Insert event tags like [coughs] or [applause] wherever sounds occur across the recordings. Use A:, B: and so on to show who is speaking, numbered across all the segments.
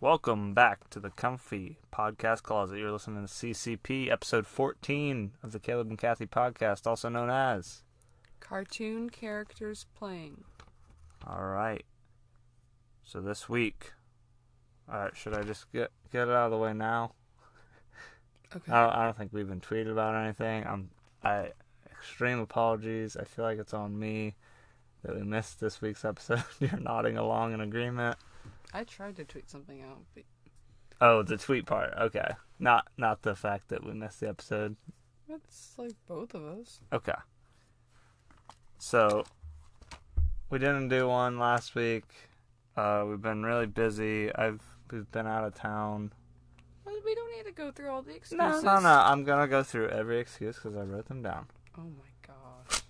A: Welcome back to the Comfy Podcast Closet. You're listening to CCP, episode 14 of the Caleb and Kathy podcast, also known as.
B: Cartoon characters playing.
A: All right. So this week, all right, should I just get get it out of the way now?
B: Okay.
A: I don't, I don't think we've been tweeted about or anything. I'm I extreme apologies. I feel like it's on me that we missed this week's episode. [laughs] You're nodding along in agreement.
B: I tried to tweet something out, but
A: Oh, the tweet part. Okay, not not the fact that we missed the episode.
B: that's like both of us.
A: Okay. So we didn't do one last week. Uh, we've been really busy. I've we've been out of town.
B: Well, we don't need to go through all the excuses.
A: No, no, no. I'm gonna go through every excuse because I wrote them down.
B: Oh my gosh.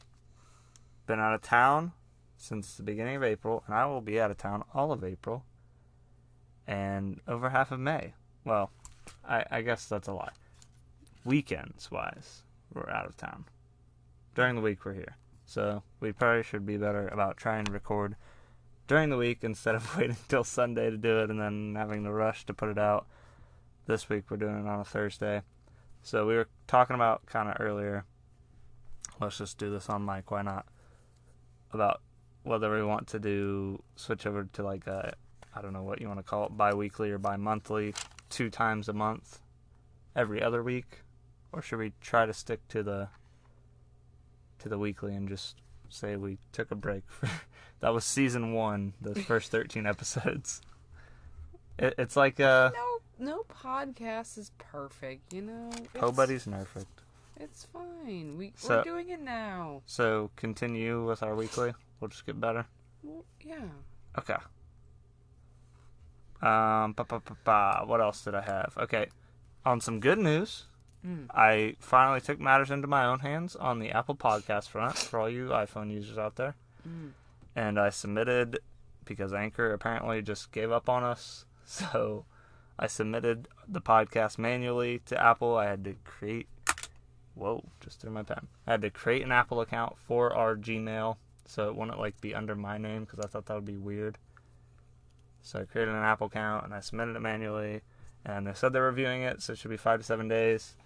A: Been out of town since the beginning of April, and I will be out of town all of April and over half of May. Well, I, I guess that's a lie. Weekends wise, we're out of town. During the week, we're here. So we probably should be better about trying to record during the week instead of [laughs] waiting till Sunday to do it and then having to rush to put it out. This week, we're doing it on a Thursday. So we were talking about kind of earlier. Let's just do this on mic. Why not? About whether we want to do switch over to like a I don't know what you want to call it, bi-weekly or bi-monthly, two times a month, every other week, or should we try to stick to the to the weekly and just say we took a break [laughs] for that was season one, those first thirteen episodes. It, it's like uh,
B: No, no podcast is perfect, you know? It's,
A: nobody's perfect.
B: It's fine. We,
A: So-
B: we're doing it now.
A: So continue with our weekly. We'll just get better.
B: Well, yeah.
A: Okay. Um, ba, ba, ba, ba. what else did I have? Okay, on some good news,
B: Mm.
A: I finally took matters into my own hands on the Apple Podcast front for all you iPhone users out there,
B: Mm.
A: and I submitted because Anchor apparently just gave up on us. [laughs] So I submitted the podcast manually to Apple. I had to create. Whoa! Just threw my pen. I had to create an Apple account for our Gmail, so it wouldn't like be under my name because I thought that would be weird. So I created an Apple account and I submitted it manually, and they said they're reviewing it, so it should be five to seven days.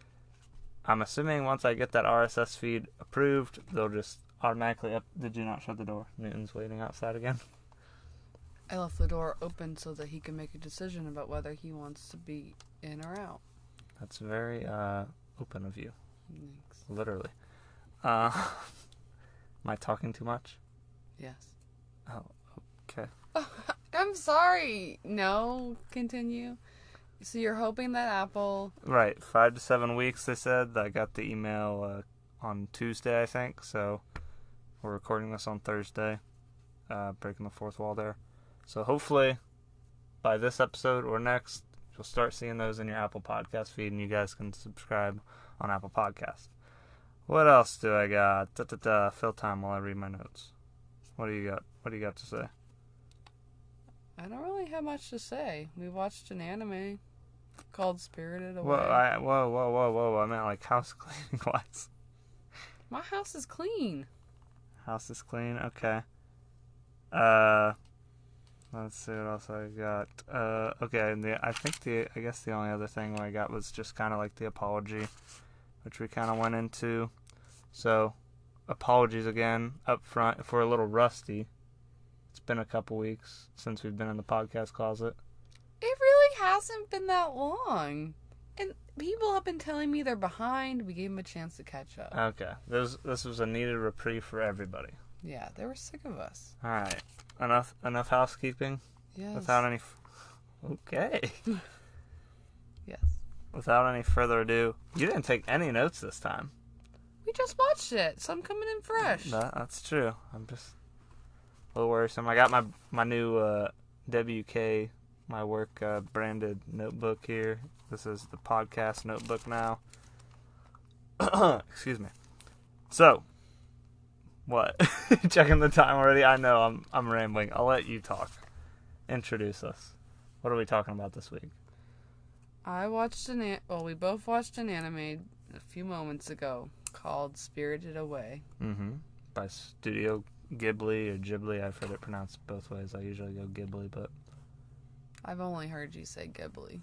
A: I'm assuming once I get that RSS feed approved, they'll just automatically up. Did you not shut the door? Newton's waiting outside again.
B: I left the door open so that he can make a decision about whether he wants to be in or out.
A: That's very uh, open of you,
B: Thanks.
A: literally. Uh, [laughs] am I talking too much?
B: Yes.
A: Oh, okay.
B: [laughs] I'm sorry. No, continue. So you're hoping that Apple.
A: Right, five to seven weeks. They said I got the email uh, on Tuesday, I think. So we're recording this on Thursday, uh, breaking the fourth wall there. So hopefully, by this episode or next, you'll start seeing those in your Apple Podcast feed, and you guys can subscribe on Apple Podcast. What else do I got? Da, da, da. Fill time while I read my notes. What do you got? What do you got to say?
B: I don't really have much to say. We watched an anime called Spirited Away.
A: Whoa, I, whoa, whoa, whoa, whoa! I meant like house [laughs] cleaning wise.
B: My house is clean.
A: House is clean. Okay. Uh, let's see what else I got. Uh, okay. And the I think the I guess the only other thing I got was just kind of like the apology, which we kind of went into. So, apologies again up front if we're a little rusty. It's been a couple weeks since we've been in the podcast closet.
B: It really hasn't been that long. And people have been telling me they're behind. We gave them a chance to catch up.
A: Okay. This this was a needed reprieve for everybody.
B: yeah, they were sick of us.
A: All right. Enough enough housekeeping
B: Yes.
A: without any. F- okay.
B: yes.
A: without any further ado, you didn't take any notes this time.
B: We just watched it, so I'm coming in fresh.
A: That, that's true. I'm just a little worrisome. I got my my new uh, WK, my work uh, branded notebook here. This is the podcast notebook now. [coughs] Excuse me. So, what? [laughs] Checking the time already. I know I'm I'm rambling. I'll let you talk. Introduce us. What are we talking about this week?
B: I watched an an- well, we both watched an anime a few moments ago called Spirited Away.
A: Mm-hmm. By Studio Ghibli or Ghibli, I've heard it pronounced both ways. I usually go Ghibli, but
B: I've only heard you say Ghibli.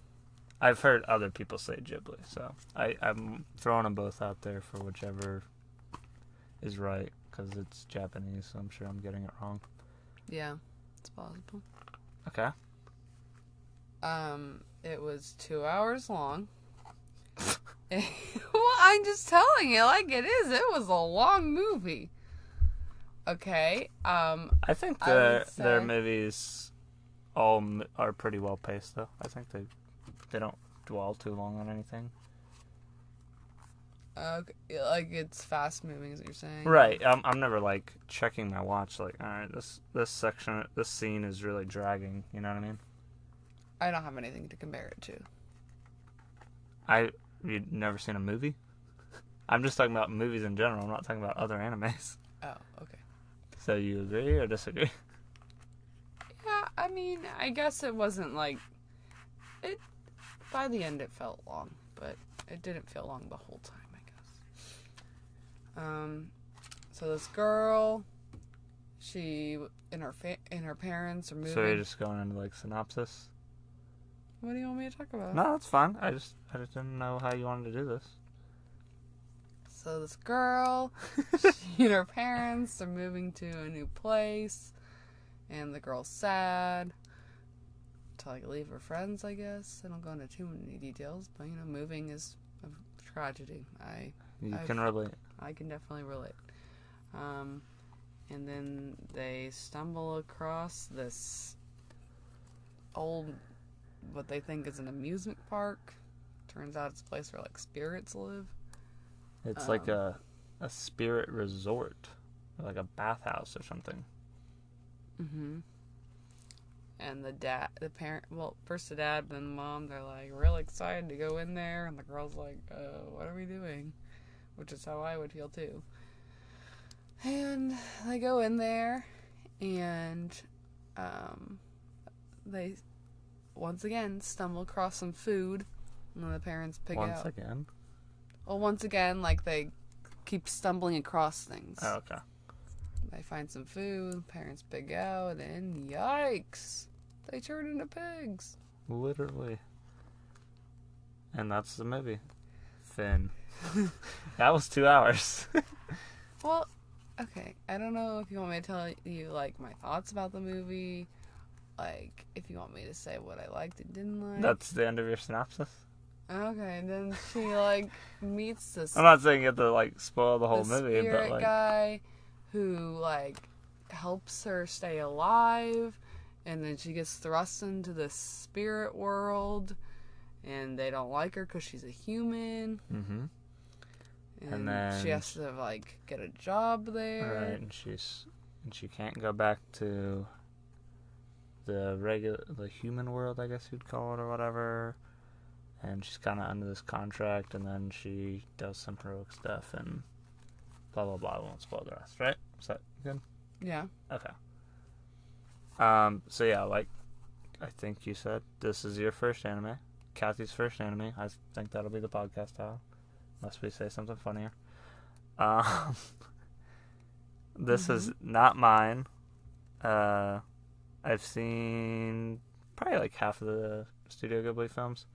A: I've heard other people say Ghibli, so I, I'm throwing them both out there for whichever is right because it's Japanese, so I'm sure I'm getting it wrong.
B: Yeah, it's possible.
A: Okay.
B: Um, it was two hours long. [laughs] well, I'm just telling you like it is. It was a long movie. Okay. Um,
A: I think
B: I
A: their
B: would
A: their
B: say-
A: movies all m- are pretty well paced, though. I think they they don't dwell too long on anything.
B: okay, like it's fast moving, is what you're saying?
A: Right. I'm I'm never like checking my watch. Like, all right, this this section, this scene is really dragging. You know what I mean?
B: I don't have anything to compare it to.
A: I you never seen a movie? I'm just talking about movies in general. I'm not talking about other animes. [laughs]
B: Oh, okay.
A: So you agree or disagree?
B: Yeah, I mean, I guess it wasn't like it. By the end, it felt long, but it didn't feel long the whole time. I guess. Um, so this girl, she and her fa- and her parents are moving.
A: So you're just going into like synopsis?
B: What do you want me to talk about?
A: No, that's fine. I just I just didn't know how you wanted to do this.
B: So this girl, she and her parents are moving to a new place, and the girl's sad. To like leave her friends, I guess. I don't go into too many details, but you know, moving is a tragedy. I
A: You
B: I've-
A: can relate.
B: I can definitely relate. Um, and then they stumble across this old, what they think is an amusement park. Turns out it's a place where like spirits live.
A: It's like
B: Um,
A: a a spirit resort, like a bathhouse or something.
B: hmm And the dad, the parent, well, first the dad, then the mom, they're like real excited to go in there, and the girl's like, uh, "What are we doing?" Which is how I would feel too. And they go in there, and um, they once again stumble across some food, and then the parents pick it
A: Once
B: out.
A: again.
B: well, once again, like they keep stumbling across things.
A: Oh, okay.
B: They find some food, parents pig out, and yikes! They turn into pigs.
A: Literally. And that's the movie.
B: [laughs]
A: Finn. that was two hours.
B: Well, okay, I don't know if you want me to tell you, like, my thoughts about the movie, like, if you want me to say what I liked and didn't like.
A: that's the end of your synopsis.
B: Okay, then she, like, meets this
A: I'm not saying you have to like spoil the whole
B: the
A: movie,
B: spirit
A: but like
B: guy who like helps her stay alive and then she gets thrust into the spirit world and they don't like her because she's a human
A: hmm
B: and,
A: And
B: she
A: then-
B: has to like get a job there
A: right, and she's and she can't go back to the regular the human world, I guess you'd call it or whatever. And she's kind of under this contract, and then she does some heroic stuff and blah blah blah. I won't spoil the rest, right? Is that good?
B: yeah
A: Okay. Um. So yeah, like I think you said, this is your first anime, Kathy's first anime. I think that'll be the podcast title, unless we say something funnier. Um. [laughs] this is not mine. Uh, I've seen probably like half of the Studio Ghibli films.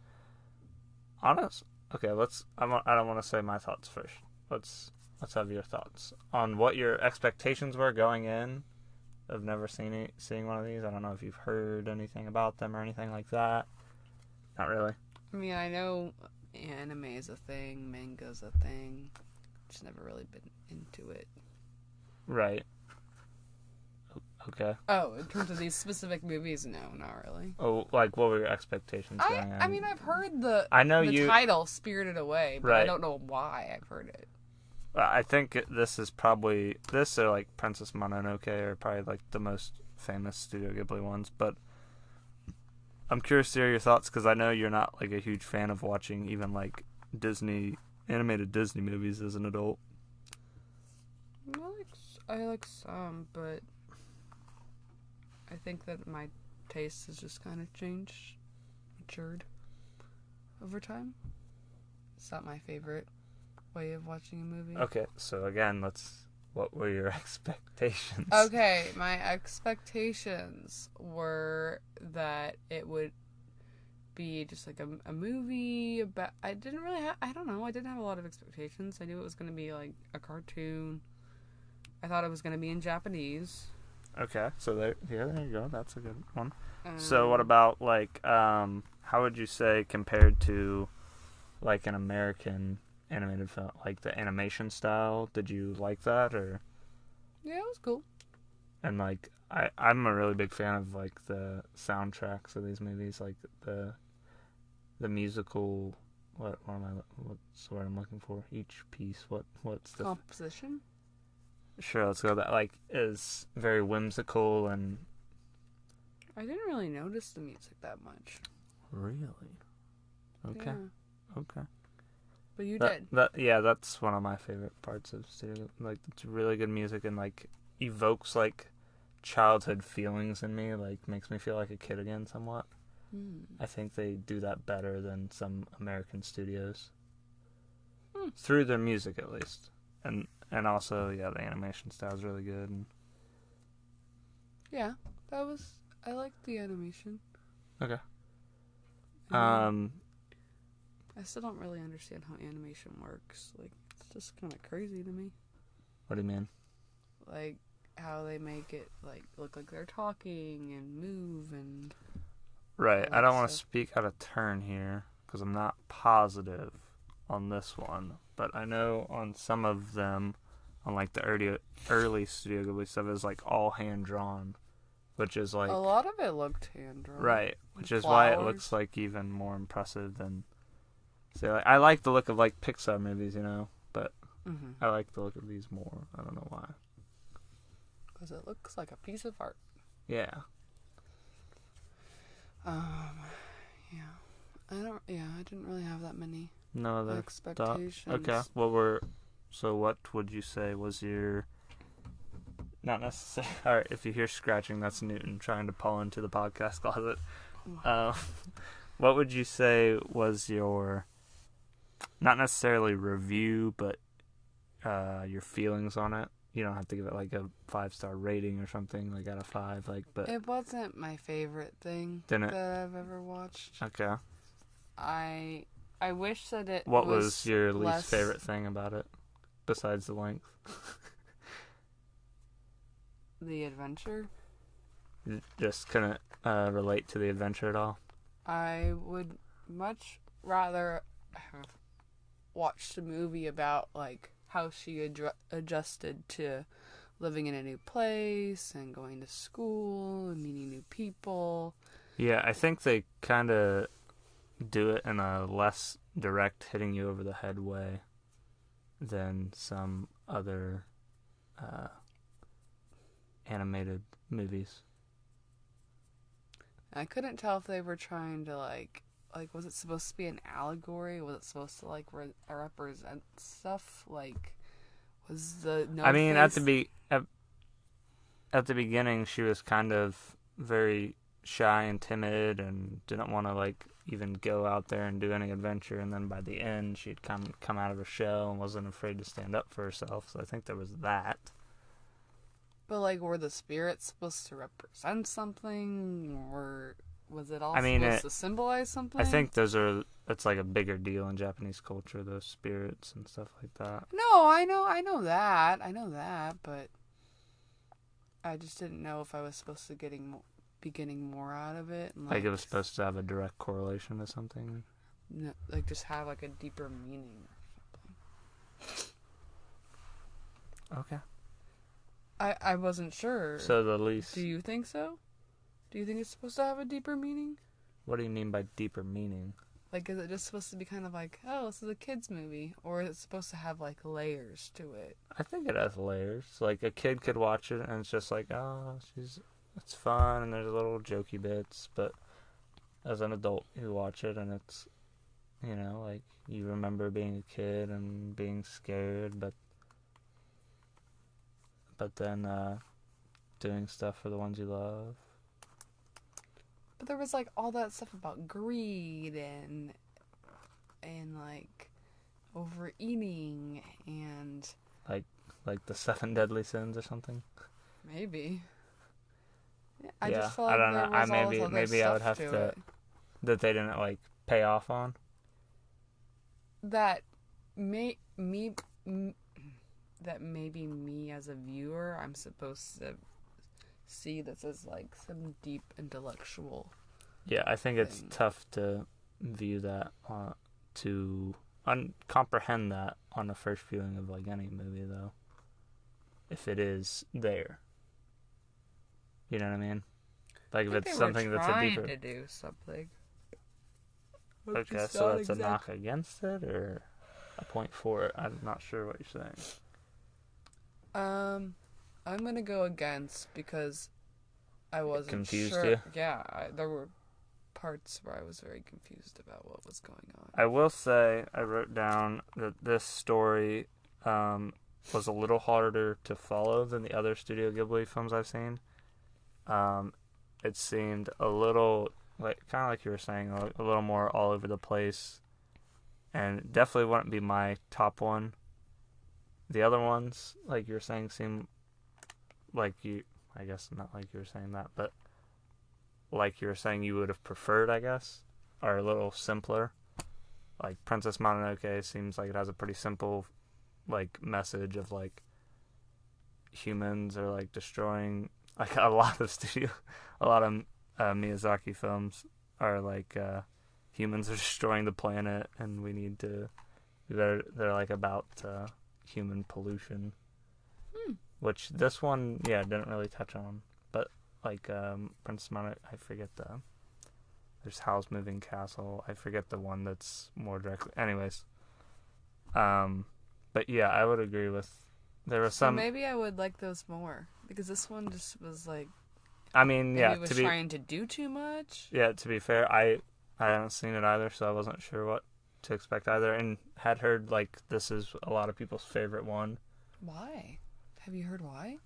A: Honest. Okay, let's. I'm. I don't want to say my thoughts first. Let's. Let's have your thoughts on what your expectations were going in I've never seen it, seeing one of these. I don't know if you've heard anything about them or anything like that. Not really.
B: i mean i know anime is a thing manga's a thing just never really been into it
A: Right. O- Okay.
B: oh in terms of these specific movies no not really
A: Oh, like what were your expectations
B: I,
A: going in?
B: I mean i've heard the
A: I know
B: the
A: you.
B: title Spirited Away, but I
A: Right.
B: don't know why I've heard it.
A: I think it- this is probably this or like Princess Mononoke are probably like the most famous Studio Ghibli ones. But I'm curious to hear your thoughts because I know you're not like a huge fan of watching even like Disney animated Disney movies as an adult.
B: I like s- I like some, but I think that my taste has just kind of changed, matured over time. It's not my favorite way of watching a movie.
A: Okay, so again, let's What were your [laughs] expectations?
B: Okay, my expectations were that it would be just like a, a movie, but I didn't really have, I don't know, I didn't have a lot of expectations. I knew it was going to be like a cartoon. I thought it was going to be in Japanese.
A: Okay, so there, yeah, there you go. That's a good one.
B: Mm.
A: so, what about like, um, how would you say compared to like an American animated film, like the animation style? Did you like that, or
B: Yeah, it was cool.
A: and like I, I'm a really big fan of like the soundtracks of these movies, like the the musical. What, what am I? What's the word I'm looking for? Each piece. What what's the
B: Composition?
A: sure? Let's go. with That like is very whimsical and
B: I didn't really notice the music that much.
A: really okay.
B: Yeah.
A: Okay.
B: But you
A: That,
B: did.
A: that yeah, that's one of my favorite parts of studio. Like it's really good music and like evokes like childhood feelings in me. Like makes me feel like a kid again somewhat.
B: Hmm.
A: I think they do that better than some American studios.
B: Hmm.
A: Through their music at least. And and also, yeah, the animation style's really good and
B: Yeah, that was. I liked the animation.
A: Okay.
B: I mean,
A: Um
B: I still don't really understand how animation works. Like, it's just kind of crazy to me.
A: what do you mean?
B: Like, how they make it like look like they're talking and move and
A: Right. I don't want to
B: Alexa.
A: speak out of turn here because I'm not positive on this one, but I know on some of them, on like the early early Studio Ghibli stuff, is like all hand drawn, which is like
B: a lot of it looked hand drawn.
A: right, which is why it
B: flowers.
A: looks like even more impressive than. Say, like, I like the look of like Pixar movies, you know, but
B: Mhm.
A: I like the look of these more. I don't know why.
B: 'Cause it looks like a piece of art.
A: Yeah.
B: Um, yeah. I don't. Yeah, I didn't really have that many
A: No other
B: expectations.
A: Okay. What were so what would you say was your not necessary [laughs] all right, if you hear scratching, that's Newton trying to pull into the podcast [laughs] closet. Um, what would you say was your not necessarily review, but uh, your feelings on it? You don't have to give it like a five star rating or something, like out of five, like but
B: It wasn't my favorite thing
A: Didn't it?
B: that I've ever watched.
A: Okay.
B: I I wish that it.
A: What was, your least
B: less-
A: favorite thing about it? Besides the length? [laughs]
B: The adventure.
A: You Just couldn't uh, relate to the adventure at all?
B: I would much rather have watched a movie about like how she adru- adjusted to living in a new place and going to school and meeting new people.
A: Yeah, I think they kind of do it in a less direct hitting you over the head way than some other uh, animated movies.
B: I couldn't tell if they were trying to like like was it supposed to be an allegory? Was it supposed to like re- represent stuff? Like was the no
A: I mean, at the
B: face-
A: be at, at the beginning, she was kind of very shy and timid, and didn't want to like even go out there and do any adventure. And then by the end, she'd come come out of her shell and wasn't afraid to stand up for herself. So I think there was that.
B: But like, were the spirits supposed to represent something, or was it all
A: I mean,
B: supposed
A: it-
B: to symbolize something?
A: I think those are that's like a bigger deal in Japanese culture, those spirits and stuff like that.
B: No, I know, I know that, I know that, but I just didn't know if I was supposed to getting mo- be getting more out of it, and like,
A: Like it was supposed to have a direct correlation to something.
B: no, like just have like a deeper meaning.
A: Okay.
B: I I wasn't sure.
A: So the least.
B: do you think so? Do you think it's supposed to have a deeper meaning?
A: What do you mean by deeper meaning?
B: Like, is it just supposed to be kind of like, oh, this is a kids movie, or is it supposed to have like layers to it?
A: I think it has layers. Like a kid could watch it and it's just like, oh, she's it's fun and there's little jokey bits, but as an adult you watch it and it's you know, like you remember being a kid and being scared but but then uh doing stuff for the ones you love.
B: But there was like all that stuff about greed and and like overeating and
A: like the [laughs] seven deadly sins or something.
B: Maybe.
A: Yeah,
B: feel
A: I don't
B: there
A: know. I
B: was all
A: maybe-
B: this other
A: maybe I would
B: stuff
A: have to-
B: it
A: That they didn't like pay off on.
B: that may me m- that maybe me as a viewer I'm supposed to see this as like some deep intellectual
A: Yeah, I think it's
B: Thing.
A: tough to view that uh, to un- comprehend that on the first viewing of like any movie though. If it is there, you know what I mean. Like if
B: I think
A: it's
B: they were
A: something that's a
B: trying
A: deeper.
B: to do something. But
A: Okay,
B: just
A: so
B: not
A: that's a knock
B: exact-
A: against it or a point for it. I'm not sure what you're saying.
B: Um, I'm gonna go against because I wasn't
A: confused
B: sure.
A: you?
B: Yeah, I, there were parts where I was very confused about what was going on.
A: I will say I wrote down that this story um, was a little harder to follow than the other Studio Ghibli films I've seen. Um, it seemed a little like kind of like you were saying a, a little more all over the place, and definitely wouldn't be my top one. The other ones, like you were saying, seem like you. I guess not like you were saying that, but like you were saying, you would have preferred. I guess are a little simpler like Princess Mononoke seems like it has a pretty simple like message of like humans are like destroying [laughs] like a lot of studio a lot of uh, Miyazaki films are like uh humans are [laughs] destroying the planet and we need to be better they're like about uh human pollution
B: Hmm.
A: which this one yeah didn't really touch on but like um Princess Mononoke I forget the there's Howl's Moving Castle. I forget the one that's more directly. Anyways, um, but yeah, I would agree with. There were
B: So
A: some.
B: maybe I would like those more because this one just was like
A: I mean,
B: maybe
A: yeah.
B: it was
A: To be
B: trying to do too much.
A: yeah, to be fair, I I haven't seen it either, so I wasn't sure what to expect either, and had heard like this is a lot of people's favorite one.
B: Why? Have you heard why?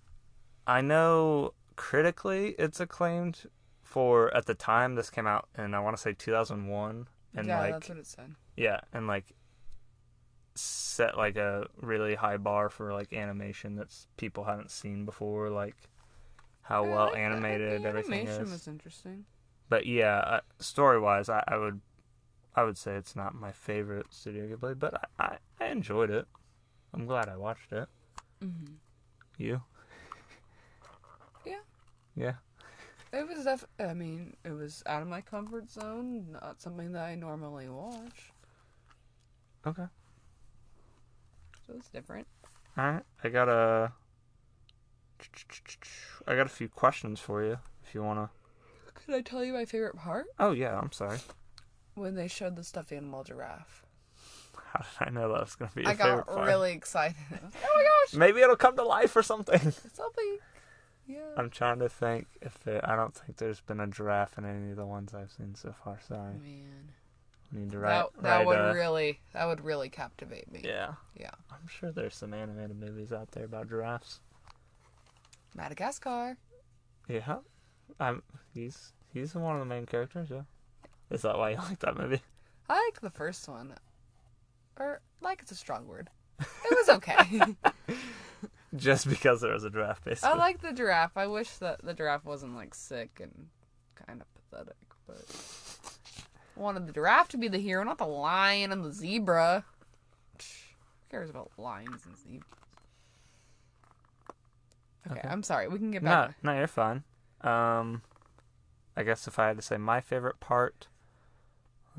A: I know critically it's acclaimed for at the time this came out in I want to say 2001 and
B: yeah,
A: like
B: that's what it said.
A: Yeah, and like set like a really high bar for like animation that's people haven't seen before, like how
B: I
A: well
B: like that. I think
A: animated
B: the
A: everything
B: animation
A: is.
B: was interesting.
A: But yeah, uh, story wise, I, I would I would say it's not my favorite Studio Ghibli, but I, I, I enjoyed it. I'm glad I watched it.
B: hmm
A: You?
B: Yeah.
A: Yeah.
B: It was def- I mean, it was out of my comfort zone. Not something that I normally watch.
A: Okay.
B: So it's different.
A: All right. I got a I got a few questions for you if you wanna.
B: Could I tell you my favorite part?
A: Oh yeah, I'm sorry. [laughs]
B: When they showed the stuffed animal giraffe.
A: How did I know that was gonna be? Your
B: I got
A: favorite part?
B: really excited. [laughs] I was like, oh my gosh!
A: Maybe it'll come to life or something. [laughs]
B: Something. Yeah.
A: I'm trying to think if there, I don't think there's been a giraffe in any of the ones I've seen so far. Sorry,
B: Man.
A: I need to write.
B: Mm. that that
A: write,
B: would
A: uh,
B: really that would really captivate me.
A: yeah,
B: Yeah.
A: I'm sure there's some animated movies out there about giraffes.
B: Madagascar.
A: Yeah, I'm. He's he's one of the main characters. Yeah, is that why you [laughs] like that movie?
B: I like the first one. Or like it's a strong word. It was okay.
A: Just because there was a giraffe, basically.
B: I like the giraffe. I wish that the giraffe wasn't like sick and kind of pathetic, but I wanted the giraffe to be the hero, not the lion and the zebra. Psh, Who cares about lions and zebras? Okay,
A: Okay.
B: I'm sorry. We can get
A: No,
B: back.
A: no, you're fine. Um, I guess if I had to say my favorite part,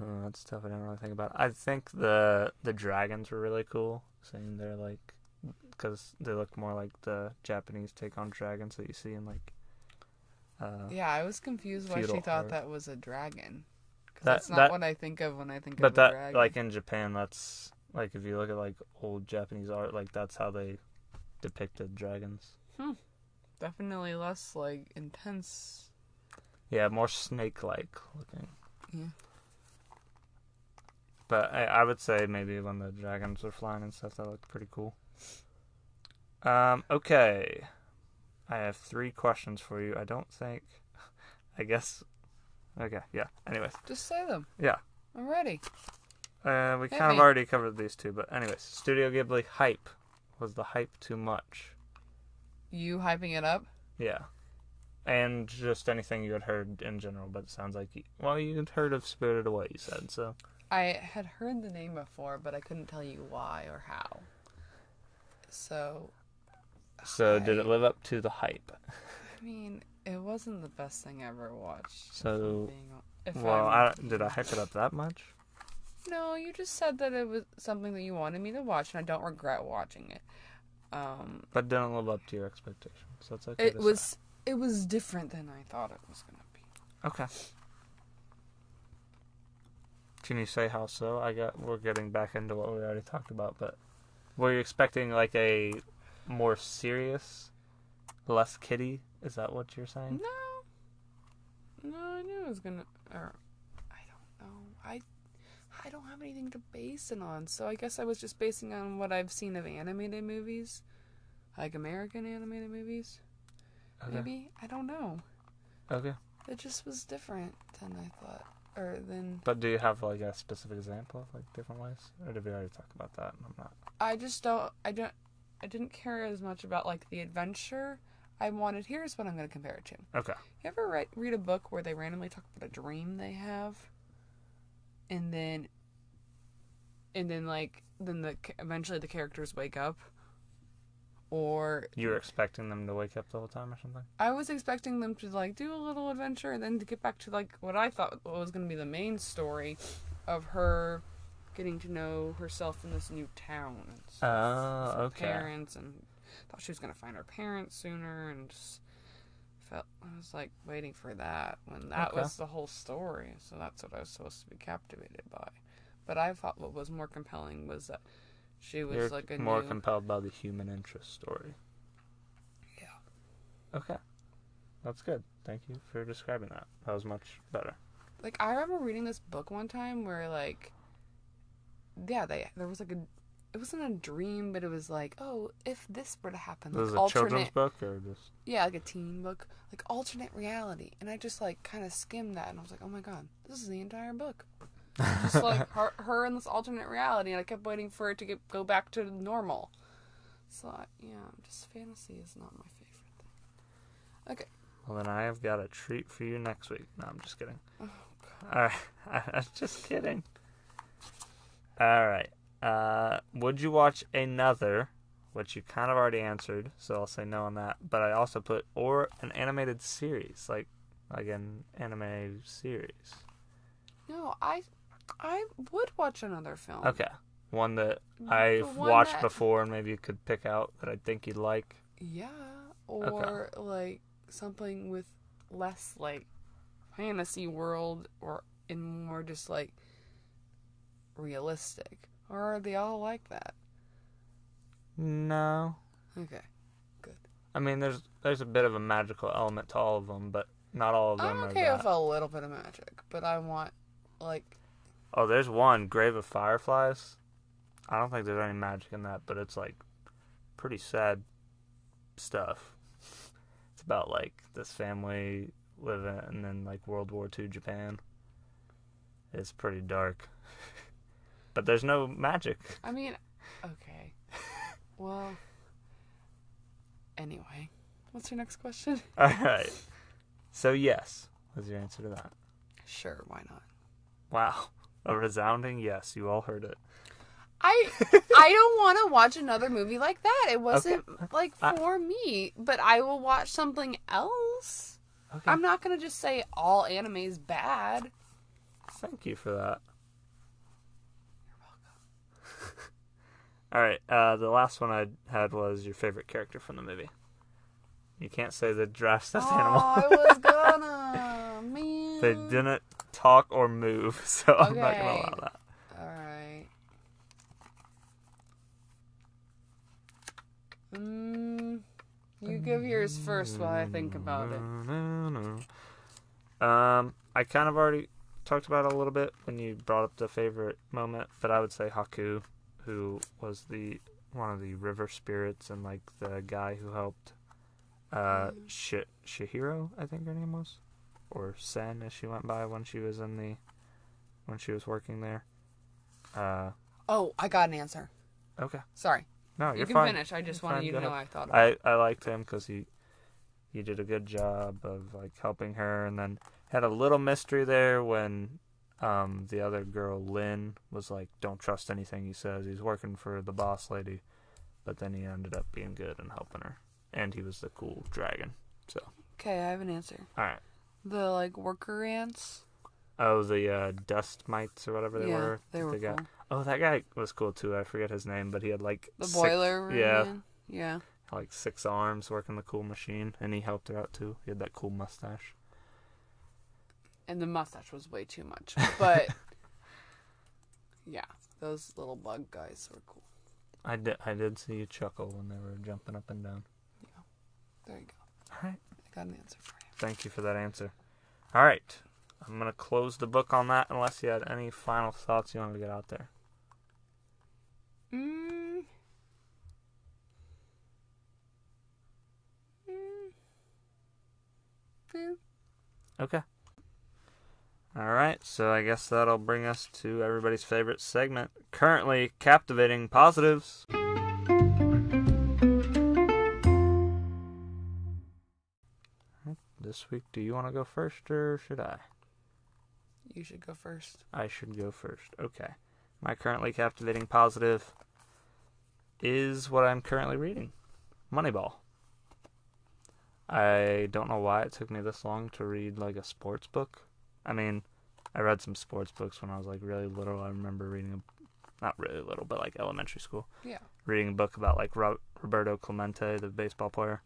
A: uh, that's tough. I didn't really think about. I think the the dragons were really cool, seeing they're like, because they look more like the Japanese take on dragons that you see in like. Uh,
B: Yeah, I was confused why she
A: feudal
B: thought
A: art.
B: that was a dragon.
A: That-
B: 'Cause that's not
A: that-
B: what I think of when I think
A: but
B: of
A: that
B: a dragon.
A: like in Japan, that's like if you look at like old Japanese art, like that's how they depicted dragons.
B: Definitely less like intense.
A: Yeah, more snake like looking.
B: Yeah.
A: But I, I would say maybe when the dragons were flying and stuff, that looked pretty cool. Um, okay. I have three questions for you. I don't think. [laughs] I guess. Okay, yeah. Anyways.
B: Just say them.
A: Yeah.
B: I'm ready.
A: Uh, we
B: Hit
A: kind of
B: me.
A: already covered these two, but anyways. Studio Ghibli hype. was the hype too much?
B: You hyping it up?
A: Yeah. And just anything you had heard in general, but it sounds like you, well, you had heard of Spirited Away, you said so.
B: I had heard the name before, but I couldn't tell you why or how. So,
A: So did
B: I-
A: it live up to the hype?
B: I mean, it wasn't the best thing I ever watched. if I'm
A: So,
B: being hon- if
A: well,
B: I'm-
A: I, did I hype it up that much?
B: No, you just said that it was something that you wanted me to watch, and I don't regret watching it. Um,
A: But didn't live up to your expectations. So it's okay.
B: it
A: to say.
B: was it was different than I thought it was gonna be.
A: okay. Can you say how so? I got we're getting back into what we already talked about, but were you expecting like a more serious, less kiddie? Is that what you're saying?
B: No, no, I knew it was gonna. Or I don't know. I I don't have anything to base it on, so I guess I was just basing on what I've seen of animated movies, like American animated movies.
A: Okay.
B: Maybe I don't know.
A: Okay.
B: It just was different than I thought, or than
A: But do you have like a specific example of like different ways, or did we already talk about that? and I'm not.
B: I just don't. I don't. I didn't care as much about like the adventure. I wanted. Here's what I'm going to compare it to. You
A: Okay.
B: ever write, read a book where they randomly talk about a dream they have, and then, and then like then the ca- eventually the characters wake up. Or
A: You were expecting them to wake up the whole time or something.
B: I was expecting them to like do a little adventure and then to get back to like what I thought was going to be the main story, of her getting to know herself in this new town. and stuff
A: Oh,
B: her
A: okay.
B: parents and thought she was gonna find her parents sooner and just felt I was like waiting for that when that
A: Okay.
B: was the whole story. So that's what I was supposed to be captivated by. But I thought what was more compelling was that she was
A: You're
B: like a
A: more
B: new
A: compelled by the human interest story.
B: yeah.
A: Okay. That's good. Thank you for describing that. That was much better.
B: Like I remember reading this book one time where like yeah, they there was like a it wasn't a dream, but it was like, oh, if this were to happen,
A: This is
B: like
A: a children's
B: alternate
A: book or just
B: yeah, like a teen book, like alternate reality. And I just like kind of skimmed that, and I was like, oh my god, this is the
A: [laughs]
B: entire book. Just like her, her in this alternate reality, and I kept waiting for it to get go back to normal. So I- yeah, just fantasy is not my favorite thing.
A: Well then I have got a treat for you next week. No, I'm just kidding.
B: Oh,
A: [laughs] Alright. I'm just kidding. Alright. Uh would you watch another which you kind of already answered, so I'll say no on that. But I also put or an animated series, like like an anime series.
B: No, I I would watch another film.
A: Okay. One that
B: The
A: I've
B: Oh. one
A: watched
B: that-
A: before and maybe you could pick out that I think you'd like.
B: Yeah, or like something with less like fantasy world or and more just like realistic. Or are they all like that?
A: No.
B: Okay.
A: I mean, there's there's a bit of a magical element to all of them, but not all of them
B: I'm
A: are
B: Oh, okay
A: that.
B: with a little bit of magic, but I want like
A: oh, there's one, Grave of Fireflies. I don't think there's any magic in that, but it's like pretty sad stuff. It's about like this family living and then like World War II Japan. It's pretty dark. [laughs] but there's no magic.
B: I mean [laughs] okay. well anyway. What's your next question?
A: All right. So yes, was your answer to that.
B: Sure, why not?
A: Wow. A resounding yes. You all heard it. [laughs]
B: I I don't want to watch another movie like that. It wasn't like
A: I-
B: for me, but I will watch something else.
A: Okay.
B: I'm not going to just say all anime is bad.
A: Thank you for that. [laughs] All right. Uh, the last one I had was your favorite character from the movie. You can't say the giraffe stuffed
B: I
A: animal. [laughs]
B: was gonna. Man.
A: they didn't talk or move, [laughs] so I'm not gonna
B: Okay.
A: allow that.
B: All right. Mm, you give yours first while I think about it.
A: Um, I kind of already talked about it a little bit when you brought up the favorite moment, but I would say Haku, who was the one of the river spirits and like the guy who helped uh
B: Mhm.
A: Shi- Shihiro, I think her name was, or Sen as she went by when she was in the when she was working there. Uh
B: Oh, I got an answer.
A: okay.
B: Sorry.
A: No,
B: you
A: Oh, you're
B: can
A: fine.
B: finish. I just
A: You're
B: wanted
A: fine,
B: you
A: go
B: to know
A: ahead.
B: I thought.
A: I I liked him because he he did a good job of like helping her, and then had a little mystery there when um the other girl Lynn was like, "Don't trust anything he says." He's working for the boss lady, but then he ended up being good and helping her, and he was the cool dragon.
B: Okay, I have an answer.
A: All right.
B: The like worker ants.
A: Oh, the uh, dust mites or whatever they
B: yeah,
A: were.
B: they
A: that
B: were
A: got-
B: cool.
A: Oh, that guy was cool too. I forget his name, but he had like
B: The
A: six-
B: boiler room.
A: yeah.
B: man? Yeah.
A: like six arms working the cool machine, and he helped her out too. He had that cool mustache.
B: And the mustache was way
A: [laughs]
B: too much, but yeah, those little bug guys were cool.
A: I did. I did see you chuckle when they were jumping up and down.
B: There you go.
A: All right.
B: I got an answer for you.
A: Thank you for that answer. All right. I'm gonna close the book on that, unless you had any final thoughts you wanted to get out there.
B: Mm. Mm. Yeah.
A: Okay. All right. So I guess that'll bring us to everybody's favorite segment. Currently, captivating positives. This week, do you want to go first or should I?
B: You should go first.
A: I should go first. Okay. My currently captivating positive is what I'm currently reading Moneyball. I don't know why it took me this long to read like a sports book. I mean, I read some sports books when I was like really little. I remember reading a not really little, but like elementary school
B: Yeah.
A: reading a book about like Ro- Roberto Clemente, the baseball player.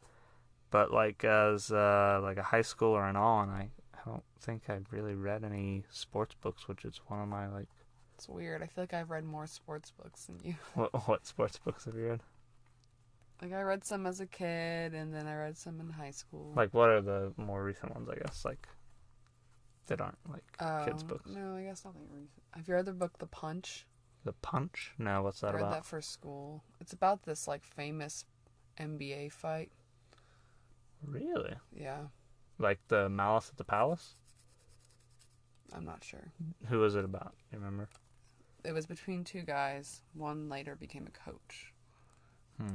A: But like as uh, like a high schooler and on, I, I don't think I've really read any sports books, which is one of my like [laughs]
B: It's weird. I feel like I've read more sports books than you. [laughs]
A: what, what sports books have you read?
B: Like I read some as a kid, and then I read some in high school.
A: Like what are the more recent ones? I guess like that aren't like kids'
B: Um,
A: books.
B: No, I guess nothing recent. Have you read the book The Punch?
A: The Punch? No, what's that
B: I read
A: about?
B: that for school. It's about this like famous NBA fight.
A: Really?
B: Yeah,
A: Like the Malice at the Palace?
B: I'm not sure.
A: Who was it about? You remember?
B: It was between two guys. One later became a coach.
A: Hmm.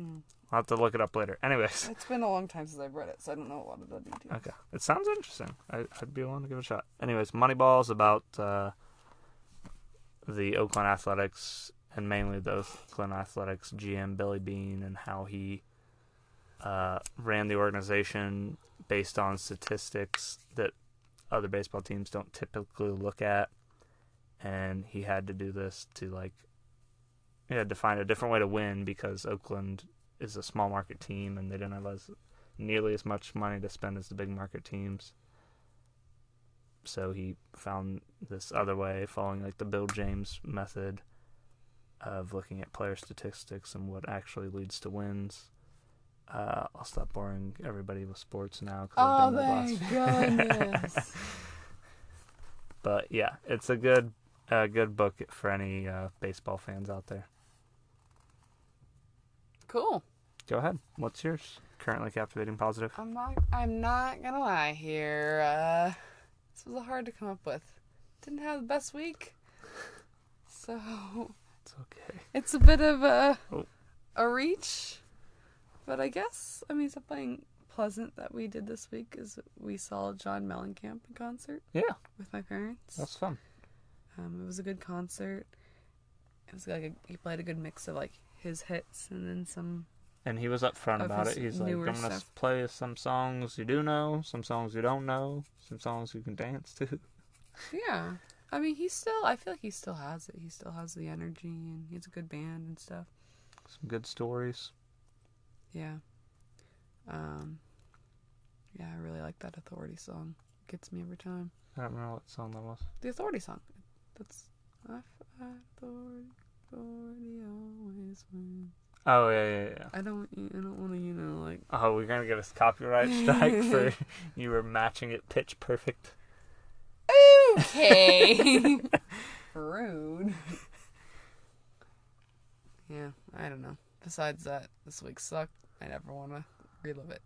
B: Mm.
A: I'll have to look it up later. Anyways.
B: It's been a long time since I've read it, so I don't know a lot of the details.
A: Okay. It sounds interesting. I, I'd be willing to give it a shot. Anyways, Moneyball is about uh, the Oakland Athletics and mainly the Oakland Athletics GM Billy Bean and how he uh, ran the organization based on statistics that other baseball teams don't typically look at. And he had to do this to like, he had to find a different way to win because Oakland is a small market team and they didn't have as nearly as much money to spend as the big market teams. So he found this other way, following like the Bill James method of looking at player statistics and what actually leads to wins. Uh, I'll stop boring everybody with sports now. 'cause I've done
B: Oh,
A: that last
B: thank goodness.
A: [laughs] but yeah, it's a good a good book for any uh, baseball fans out there.
B: cool.
A: Go ahead. What's yours? Currently captivating positive.
B: I'm not. I'm not gonna lie here. Uh, this was hard to come up with. Didn't have the best week, so
A: It's okay.
B: it's a bit of a
A: Oh.
B: a reach. But I guess I mean something pleasant that we did this week is we saw John Mellencamp in concert
A: Yeah,
B: with my parents.
A: that's fun.
B: Um, it was a good concert. It was like a, he played a good mix of like his hits and then some
A: And he was upfront
B: Of
A: about
B: his
A: it. He's like, I'm
B: newer
A: gonna
B: stuff.
A: s- play some songs you do know, some songs you don't know, some songs you can dance to. [laughs]
B: Yeah. I mean, he's still, I feel like he still has it. He still has the energy and he's a good band and stuff.
A: Some good stories.
B: Yeah. Um, yeah, I really like that Authority song. gets me every time.
A: I don't remember what song that was.
B: The Authority song. That's, I- authority, authority always wins.
A: Oh yeah, yeah, yeah.
B: I don't, I don't want to, you know, like,
A: Oh, we're gonna give us
B: [laughs]
A: copyright strike for [laughs] you were matching it pitch perfect.
B: [laughs] okay. Rude. Yeah, I don't know. Besides that, this week sucked. I never want to relive it.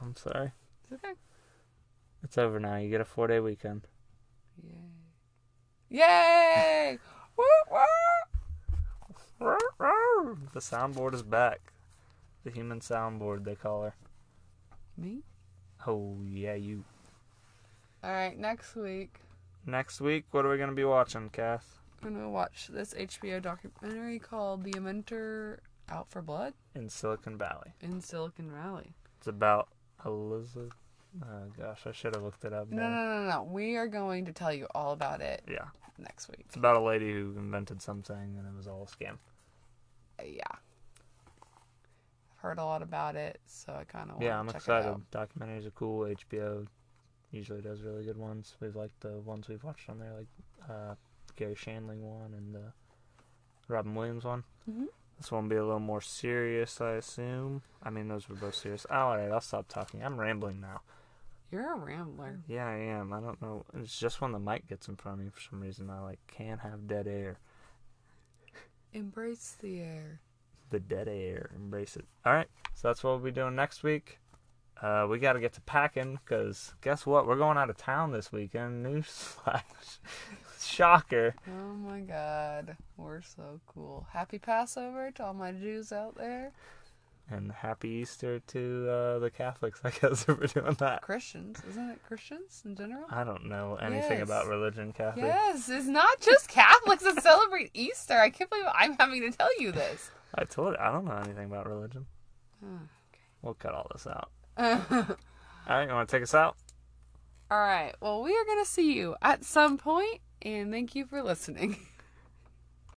A: I'm sorry.
B: It's okay.
A: It's over now. You get a four day [laughs] weekend.
B: Yay! Yay! Woo, woo.
A: Woo, the soundboard is back. The human soundboard, they call her.
B: Me?
A: Oh, yeah, you.
B: All right, next week
A: Next week, what are we going to be watching, Kath?
B: I'm gonna watch this HBO documentary called "The Inventor Out for Blood"
A: In Silicon Valley.
B: in Silicon Valley.
A: It's about Elizabeth. Oh, gosh, I should have looked it up.
B: No,
A: better.
B: no, no, no. We are going to tell you all about it
A: Yeah.
B: next week.
A: It's about a lady who invented something and it was all a scam.
B: Uh, Yeah, I've heard a lot about it, so I kind of
A: yeah, I'm
B: check It
A: excited.
B: out.
A: Documentaries are cool. HBO usually does really good ones. We've liked the ones we've watched on there, like uh, Gary Shandling one and the Robin Williams one.
B: Mhm.
A: This one will be a little more serious, I assume. I mean, those were both serious. Oh, all right, I'll stop talking. I'm rambling now.
B: You're a rambler.
A: Yeah, I am. I don't know. It's just when the mic gets in front of me for some reason, I like can't have dead air.
B: Embrace the air.
A: the dead air. Embrace it. All right. So that's what we'll be doing next week. Uh, we got to get to packing because guess what? We're going out of town this weekend. Newsflash. [laughs] Shocker.
B: Oh my God, we're so cool. Happy Passover to all my Jews out there,
A: And happy Easter to uh, the Catholics, I guess, [laughs] if we're doing that.
B: Christians. Isn't it Christians in general?
A: I don't know anything
B: Yes.
A: about religion, Kathy.
B: Yes, it's not just Catholics that celebrate Easter. I can't believe I'm having to tell you this.
A: I told you, I don't know anything about religion. We'll cut all this out.
B: All
A: All right. You want to take us out?
B: right. Well, we are going to see you at some point, and thank you for listening. [laughs]